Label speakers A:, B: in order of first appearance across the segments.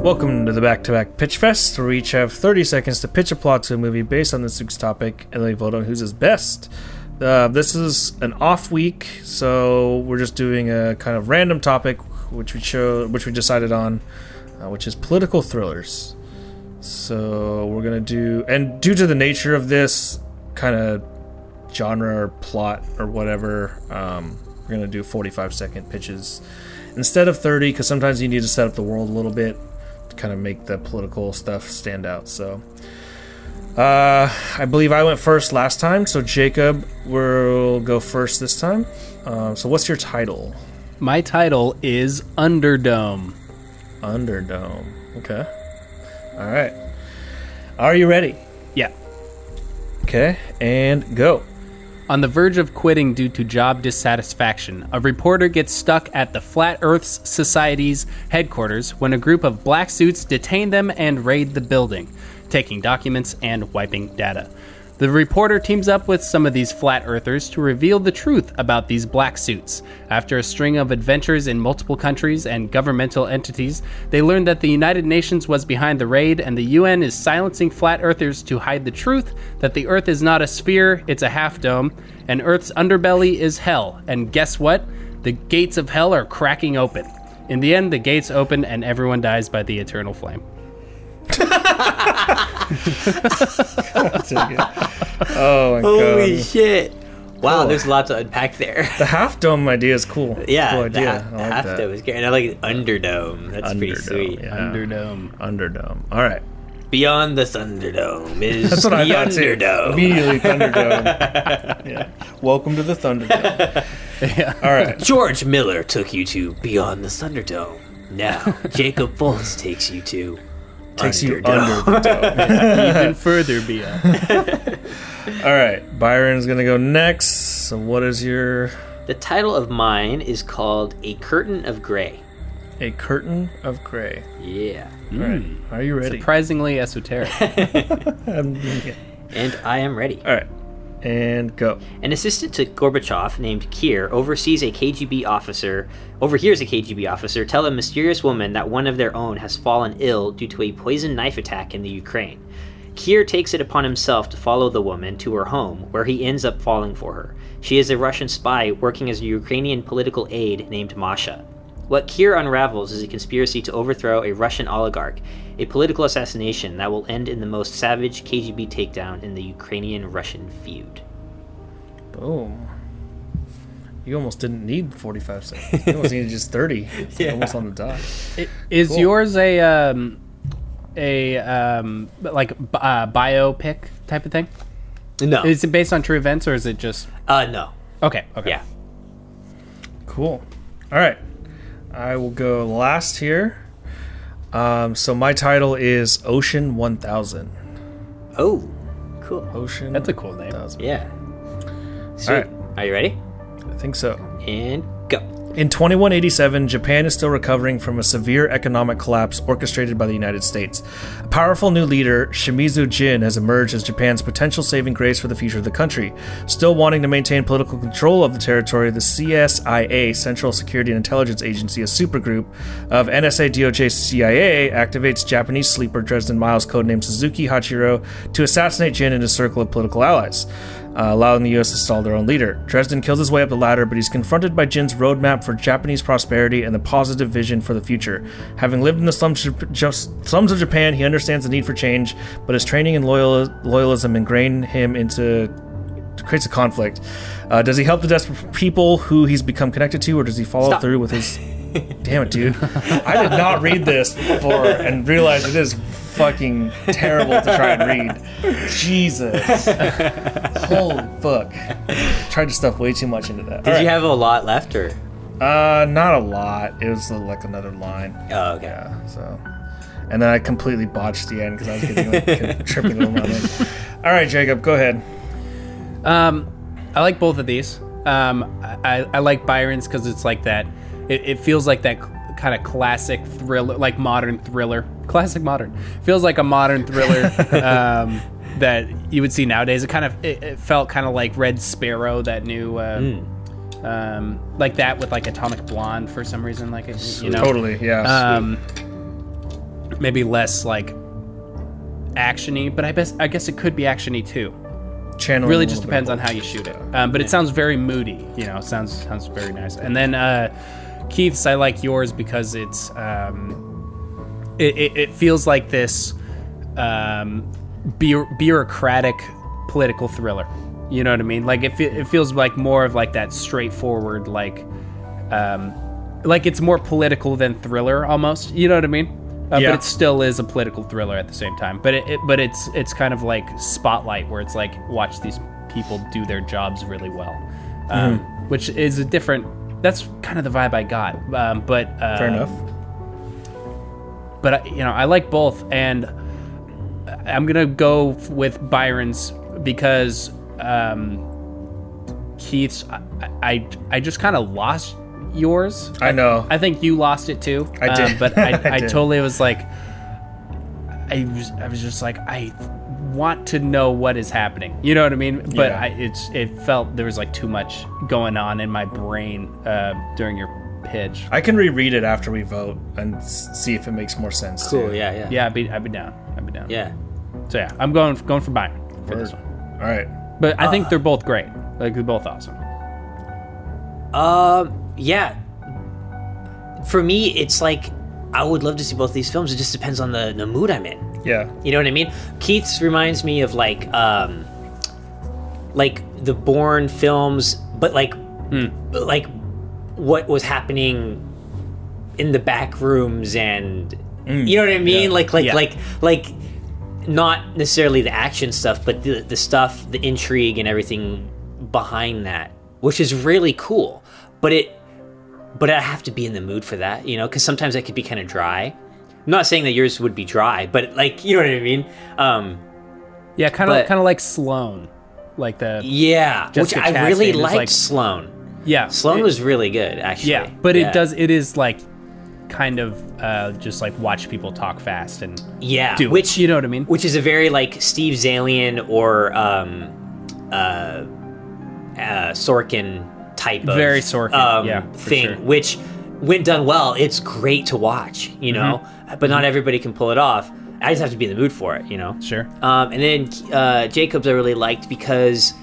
A: Welcome to the Back to Back Pitch Fest, where we each have 30 seconds to pitch a plot to a movie based on this week's topic, and then we vote on who's is best. Uh, this is an off week, so we're just doing a kind of random topic, which we chose, which we decided on, uh, which is political thrillers. So we're gonna do, and due to the nature of this kind of genre or plot or whatever, um, we're gonna do 45 second pitches instead of 30, because sometimes you need to set up the world a little bit to kind of make the political stuff stand out. So. Uh, I believe I went first last time, so Jacob will go first this time. Um, so, what's your title?
B: My title is Underdome.
A: Underdome. Okay. All right. Are you ready?
B: Yeah.
A: Okay, and go.
B: On the verge of quitting due to job dissatisfaction, a reporter gets stuck at the Flat Earth's Society's headquarters when a group of black suits detain them and raid the building, taking documents and wiping data. The reporter teams up with some of these flat earthers to reveal the truth about these black suits. After a string of adventures in multiple countries and governmental entities, they learn that the United Nations was behind the raid and the UN is silencing flat earthers to hide the truth that the earth is not a sphere, it's a half dome, and earth's underbelly is hell. And guess what? The gates of hell are cracking open. In the end, the gates open and everyone dies by the eternal flame.
A: Oh my
C: Holy
A: god.
C: shit! Wow, there's a lot to unpack there.
A: The half dome idea is cool.
C: yeah,
A: cool
C: the,
A: idea.
C: ha-
A: I
C: the
A: like
C: half
A: that.
C: dome is great. And I like Underdome. That's pretty
A: Underdome,
C: sweet.
A: yeah.
B: Underdome.
A: Underdome. All right.
C: Beyond the Thunderdome is
A: That's what
C: the
A: I thought too.
C: Underdome.
A: Immediately Thunderdome. yeah. Welcome to the Thunderdome.
B: Yeah.
A: All right.
C: George Miller took you to Beyond the Thunderdome. Now Jacob Fultz takes you to
A: Takes you
C: Underdome.
A: under the dome.
B: Even further beyond.
A: All right. Byron's going to go next. So what is your
C: The title of mine is called A Curtain of Gray.
A: a curtain of gray?
C: Yeah.
A: All right. Are you ready?
B: Surprisingly esoteric.
C: And I am ready.
A: All right. And go.
C: An assistant to Gorbachev named Kier oversees a KGB officer, overhears a KGB officer tell a mysterious woman that one of their own has fallen ill due to a poisoned knife attack in the Ukraine. Kier takes it upon himself to follow the woman to her home, where he ends up falling for her. She is a Russian spy working as a Ukrainian political aide named Masha. What Kier unravels is a conspiracy to overthrow a Russian oligarch, a political assassination that will end in the most savage KGB takedown in the Ukrainian Russian feud.
A: Boom. You almost didn't need 45 seconds. You almost needed just 30. It's almost on the dot.
B: Is yours a um, a um, like b- uh, biopic type of thing?
C: No.
B: Is it based on true events or is it just
C: Uh, no.
B: okay? Okay.
C: Yeah.
A: Cool. All right. I will go last here. Um, so my title is Ocean 1000.
C: Oh, cool.
A: Ocean.
B: that's a cool name.
A: 1000.
C: Yeah. Sweet.
A: Alright.
C: Are you ready?
A: I think so.
C: And go.
A: In 2187, Japan is still recovering from a severe economic collapse orchestrated by the United States. A powerful new leader, Shimizu Jin, has emerged as Japan's potential saving grace for the future of the country. Still wanting to maintain political control of the territory, the CSIA, Central Security and Intelligence Agency, a supergroup of NSA, DOJ, CIA, activates Japanese sleeper Dresden Miles, codenamed Suzuki Hachiro, to assassinate Jin and his circle of political allies uh, allowing the U.S. to stall their own leader. Dresden kills his way up the ladder, but he's confronted by Jin's roadmap for Japanese prosperity and the positive vision for the future. Having lived in the slums, just, slums of Japan, he understands the need for change, but his training and loyal, loyalism ingrain him into creates a conflict. Uh, does he help the desperate people who he's become connected to, or does he follow
C: Stop.
A: through with his? Damn it, dude! I did not read this before and realize it is fucking terrible to try and read. Jesus. Holy fuck! Tried to stuff way too much into that.
C: Did you have a lot left, or?
A: Uh, not a lot. It was uh, like another line.
C: Oh, okay.
A: Yeah. So, and then I completely botched the end because I was getting like, tripping over my leg. All right, Jacob, go ahead.
B: Um, I like both of these. Um, I, I like Byron's because it's like that. It, it feels like that kind of classic thriller, like modern thriller. Classic modern feels like a modern thriller um, that you would see nowadays. It kind of it, it felt kind of like Red Sparrow, that new. Uh, Um, like that with like Atomic Blonde for some reason, like it, you know,
A: Totally. Yeah.
B: Um, maybe less like actiony, but I guess I guess it could be actiony too.
A: Channeling
B: Really,
A: a
B: just
A: little bit
B: depends
A: of
B: on
A: both.
B: how you shoot it. Um, but it sounds very moody. You know, it sounds sounds very nice. And then uh, Keith's, I like yours because it's um, it, it, it feels like this um, bu- bureaucratic political thriller. You know what I mean? Like it, fe- it feels like more of like that straightforward like um, like it's more political than thriller almost. You know what I mean? Uh,
A: Yeah.
B: But it still is a political thriller at the same time. But it, it but it's it's kind of like spotlight where it's like watch these people do their jobs really well, um,
A: Mm-hmm.
B: which is a different. That's kind of the vibe I got. Um, but uh,
A: Fair enough.
B: But I- you know I like both, and I'm gonna go f- with Byron's because um, Keith's. I I, I just kind of lost yours.
A: I know.
B: I think you lost it too.
A: I did.
B: Um, but I,
A: I
B: I,
A: did.
B: totally was like, I was, I was just like, I want to know what is happening. You know what I mean? But
A: Yeah.
B: I, it's, it felt there was like too much going on in my brain uh, during your pitch.
A: I can reread it after we vote and s- see if it makes more sense.
C: Cool.
A: too.
C: Yeah. Yeah.
B: Yeah, I'd be, I'd be down. I'd be down.
C: Yeah.
B: So yeah, I'm going, going for Byron for
A: Word.
B: this one.
A: All right.
B: But I
C: Ah.
B: think they're both great. Like they're both awesome.
C: Um. Yeah. For me, it's like I would love to see both these films. It just depends on the the mood I'm in.
A: Yeah.
C: You know what I mean? Keith's reminds me of like um like the Bourne films, but like
B: Hmm.
C: but like what was happening in the back rooms and you know what I mean? Like like
B: Hmm. Yeah.
C: like like not necessarily the action stuff, but the the stuff, the intrigue and everything behind that, which is really cool. But it but I have to be in the mood for that, you know, because sometimes that could be kind of dry. I'm not saying that yours would be dry, but like, you know what I mean? Um,
B: Yeah, kind of,
C: But- E-
B: kind of like Sloan, like the
C: yeah,
B: Jessica
C: which I really
B: Chastain is
C: liked
B: like-
C: Sloan.
B: yeah
C: Sloan
B: it-
C: was really good, actually.
B: Yeah, but it does. It is like kind of uh, just like watch people talk fast and
C: Yeah,
B: do. it.
C: which
B: you know what I mean?
C: which is a very like Steve Zalian or um, uh, uh, Sorkin type of
B: Very Sorkin,
C: um,
B: yeah, for
C: thing,
B: sure.
C: which when done well, it's great to watch, you know.
B: Mm-hmm.
C: But not everybody can pull it off. I just have to be in the mood for it, you know.
B: sure.
C: Um, and then uh, Jacobs I really liked because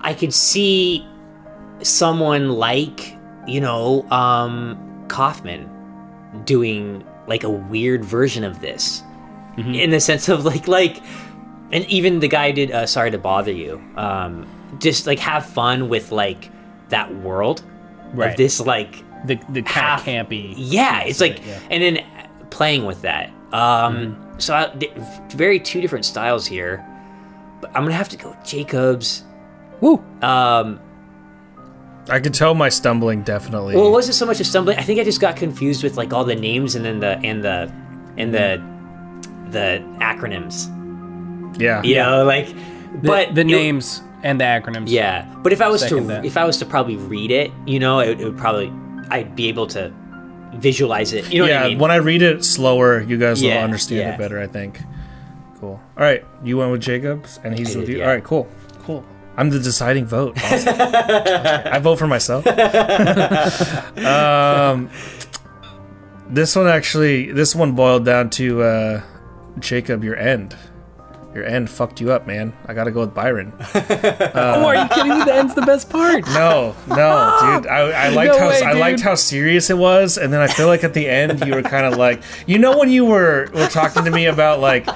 C: I could see someone like, you know, um, Kaufman doing like a weird version of this in the sense of like, like, and even the guy did uh, Sorry to Bother You. Um, just like have fun with like that world. of
B: Right.
C: This like
B: The the kind of
C: half-
B: campy.
C: yeah it's like
B: yeah. Mm-hmm.
C: and then playing with that um so I, th- very two different styles here but i'm gonna have to go with jacobs
B: Woo.
C: um
A: I could tell my stumbling definitely.
C: well it wasn't so much a stumbling i think i just got confused with like all the names and then the and the and the the acronyms
A: yeah.
C: you know like
B: The,
C: but
B: the
C: it-
B: names and the acronyms.
C: yeah but if i was to
B: Second that.
C: if i was to probably read it you know it, it would probably i'd be able to visualize it you know
A: yeah.
C: what i mean
A: When I read it slower, you guys will
C: Yeah,
A: understand
C: yeah.
A: it better. I think. Cool. All right. You went with Jacobs, and he's
C: I
A: with
C: did,
A: you.
C: yeah.
A: All right. Cool. Cool. I'm the deciding vote. Awesome. I vote for myself. um, this one actually, this one boiled down to uh, Jacob. Your end. Your end fucked you up, man. I gotta go with Byron.
B: Oh, are you kidding me? The end's the best part.
A: No, no, dude. I, I liked
B: No
A: how
B: way,
A: I liked
B: dude.
A: how serious it was, and then I feel like at the end you were kind of like, you know, when you were were talking to me about like,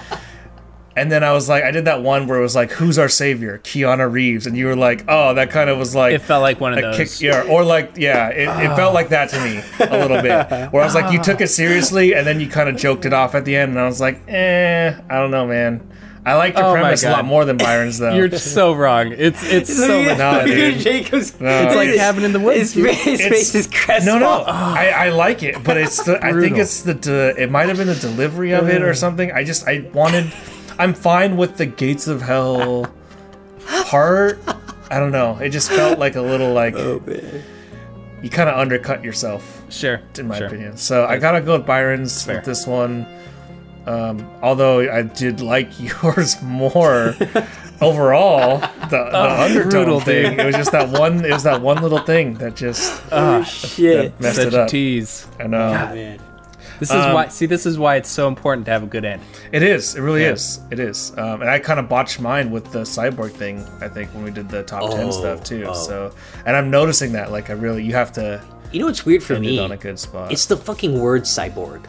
A: and then I was like, I did that one where it was like, who's our savior, Keanu Reeves, and you were like, oh, that kind of was like.
B: It felt like one of
A: a
B: those.
A: kick, yeah, or like, yeah, it, it felt like that to me a little bit. Where I was like, you took it seriously, and then you kind of joked it off at the end, and I was like, eh, I don't know, man. I liked your
B: Oh my
A: premise a
B: God.
A: lot more than Byron's, though.
B: You're so wrong. It's it's so.
A: No, dude.
C: Jacob's.
A: It's
B: like cabin in the woods,
C: His,
B: dude.
C: his
A: It's-
C: face is crest.
A: No, no, I, I like it, but it's the, I think
B: Brutal.
A: it's the de- it might have been the delivery of it or something. I just I wanted. I'm fine with the gates of hell part. I don't know. It just felt like a little like
B: Oh.
A: you kind of undercut yourself
B: Sure.
A: in my
B: sure.
A: opinion. So I gotta go with Byron's
B: Fair.
A: with this one. Um, although I did like yours more overall, the, the
B: Oh, brutal,
A: undertone
B: dude.
A: thing. It was just that one. It was that one little thing that just
C: shit.
A: messed
B: Such
A: it up.
B: a tease.
A: I know.
C: man.
B: This is
A: Um,
B: why. See, this is why it's so important to have a good end.
A: It is. It really is. It is. Um, and I kind of botched mine with the cyborg thing. I think when we did the top ten
C: Oh,
A: stuff too.
C: oh.
A: So, and I'm noticing that like I really you have to
C: You know what's weird for
A: end it
C: me?
A: on a good spot.
C: It's the fucking word cyborg.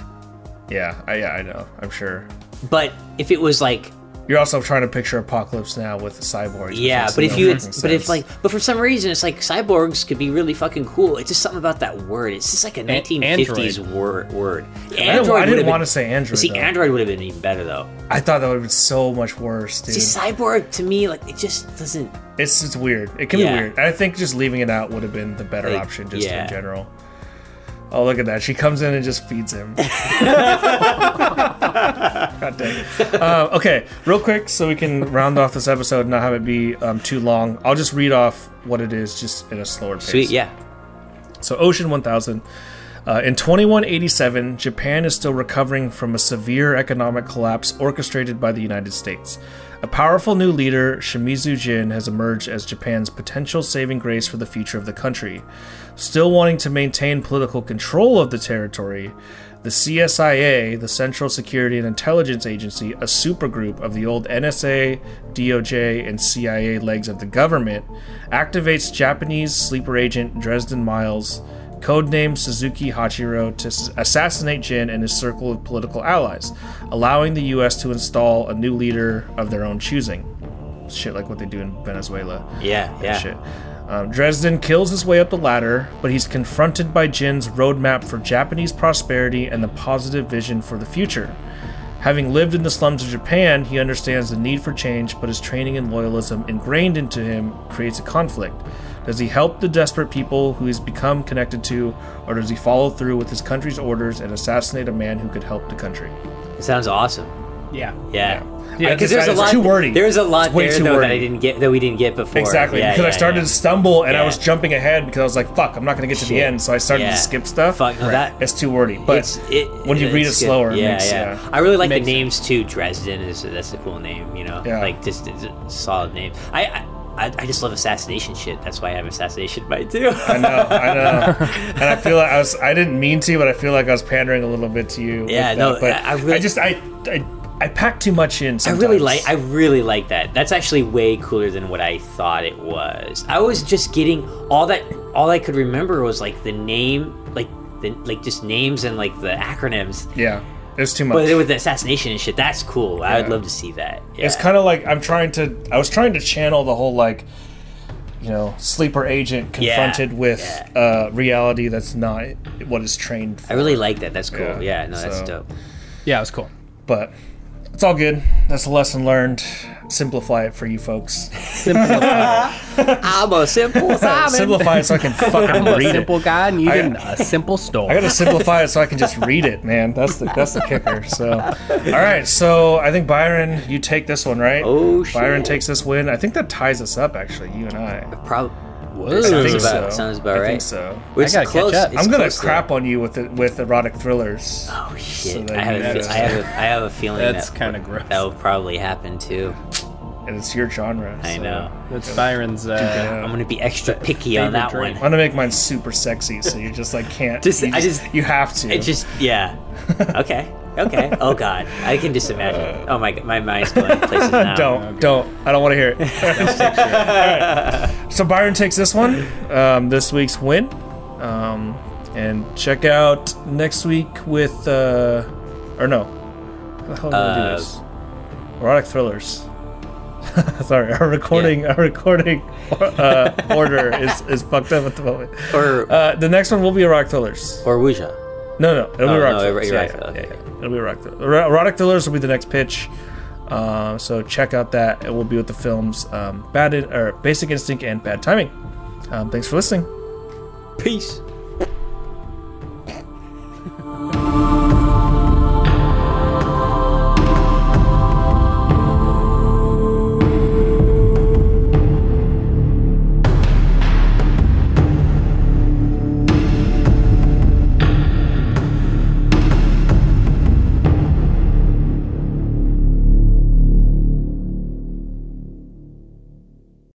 A: yeah. I, yeah. I know. I'm sure.
C: But if it was like
A: You're also trying to picture apocalypse now with the cyborgs. which
C: yeah,
A: makes
C: but if
A: no
C: you
A: fucking
C: but if
A: sense.
C: like but for some reason it's like cyborgs could be really fucking cool. It's just something about that word. It's just like a 1950s word word.
A: I didn't,
C: would have been-
A: want to say Android.
C: See,
A: though.
C: Android would have been even better though.
A: I thought that would have been so much worse, dude.
C: See, cyborg to me, like it just doesn't.
A: It's it's weird. It can
C: Yeah.
A: be weird. I think just leaving it out would have been the better
C: Like,
A: option, just
C: yeah.
A: in general. Oh, look at that! She comes in and just feeds him. God dang. it. Uh, okay, real quick, so we can round off this episode and not have it be um, too long. I'll just read off what it is, just in a slower pace.
C: Sweet, yeah.
A: So, Ocean 1000. Uh, in 2187, Japan is still recovering from a severe economic collapse orchestrated by the United States. A powerful new leader, Shimizu Jin, has emerged as Japan's potential saving grace for the future of the country. Still wanting to maintain political control of the territory, the CSIA, the Central Security and Intelligence Agency, a supergroup of the old NSA, DOJ, and CIA legs of the government, activates Japanese sleeper agent Dresden Miles, codenamed Suzuki Hachiro, to s- assassinate Jin and his circle of political allies, allowing the U.S. to install a new leader of their own choosing. Shit like what they do in Venezuela
C: Yeah, yeah.
A: that shit. Um, Dresden kills his way up the ladder, but he's confronted by Jin's roadmap for Japanese prosperity and the positive vision for the future. Having lived in the slums of Japan, he understands the need for change, but his training and loyalism ingrained into him creates a conflict. Does he help the desperate people who he's become connected to, or does he follow through with his country's orders and assassinate a man who could help the country?
C: It sounds awesome.
B: Yeah.
C: Yeah.
A: Yeah,
C: Because there's a
A: it's
C: lot.
A: too wordy.
C: There's a lot
A: It's way
C: there
A: too
C: though that
A: wordy.
C: I didn't get that we didn't get before.
A: Exactly,
C: Yeah,
A: because I
C: yeah,
A: started
C: yeah.
A: to stumble and I
C: Yeah.
A: was jumping ahead because I was like, "Fuck, I'm not going to get to the
C: Shit.
A: end." So I started
C: Yeah.
A: to skip stuff.
C: Fuck, no, that-
A: it's too wordy. But
C: it's, it,
A: when you read it
C: it's good.
A: slower,
C: yeah,
A: it makes,
C: yeah.
A: yeah.
C: I really like the
B: Makes sense.
C: names too. Dresden is that's a cool name, you know.
A: Yeah.
C: Like just it's a solid name. I, I I just love assassination shit. That's why I have assassination by too.
A: I know, I know, and I feel like I was. I didn't mean to, but I feel like I was pandering a little bit to you. with
C: Yeah,
A: that.
C: no,
A: but
C: I- I really-
A: just, I, I, I pack too much in.
C: I
A: Sometimes.
C: really like I really like that. That's actually way cooler than what I thought it was. I was just getting all that all I could remember was like the name like the like just names and like the acronyms.
A: yeah, it's too much.
C: But with the assassination and shit, that's cool. I would
A: Yeah.
C: love to see that. Yeah.
A: It's kind of like I'm trying to. I was trying to channel the whole like, you know, sleeper agent
C: Yeah,
A: confronted with
C: yeah.
A: uh, reality that's not what is trained
C: I really like that. That's cool.
A: Yeah,
C: Yeah, no, that's
A: so-
C: dope.
B: Yeah, it was cool.
A: but it's all good. That's a lesson learned. Simplify it for you folks.
C: I'm a simple Simple.
A: Simplify it so I can fucking
B: A
A: read
B: simple
A: it.
B: guy needed a simple
A: I
B: story.
A: gotta simplify it so I can just read it, man. That's the that's the kicker. So, all right. So I think Byron, you take this one, right?
C: Oh, shit.
A: Byron takes this win. I think that ties us up, actually. You and I.
C: Prob-
B: Whoa.
A: I
C: sounds
A: think
C: about
A: so.
C: sounds about
A: I
C: right.
A: think so.
C: It's
B: gotta catch
C: close.
B: up.
C: It's
A: I'm gonna
C: close, though.
A: crap on you with with erotic thrillers.
C: Oh shit!
A: that
C: I, have
A: you
C: a
A: gotta-
C: fe- I have a I have a feeling
B: That's
C: that
B: kinda gross.
C: That will probably happen too.
A: and it's your genre.
C: I
A: so-
C: know.
B: That's Byron's. Uh,
A: Yeah.
C: I'm gonna be extra picky on
B: favorite
C: that
B: drink.
A: I'm
C: one.
A: gonna make mine super sexy, so you just like can't.
C: Just-
A: you
C: I just-
A: you have to.
C: It just yeah. Okay. Okay. Oh god. I can just imagine. Oh my god. My mind's going places now.
A: Uh. don't don't i don't want to hear it All right. so byron takes this one um, this week's win um, and check out next week with uh, or no How the hell did I do
C: Uh,
A: this? erotic thrillers sorry our recording our recording uh, order is, is fucked up at the moment
C: Or
A: uh, the next one will be erotic thrillers
C: or Ouija.
A: no, no, it'll be
C: Oh,
A: rock
C: no,
A: thrillers.
C: you're
A: Yeah,
C: right,
A: yeah,
C: okay.
A: yeah, yeah. It'll be rock thrillers. Ero- Erotic thrillers will be the next pitch. Uh, so check out that. It will be with the films um, Bad In- or Basic Instinct and Bad Timing. Um, thanks for listening.
C: Peace.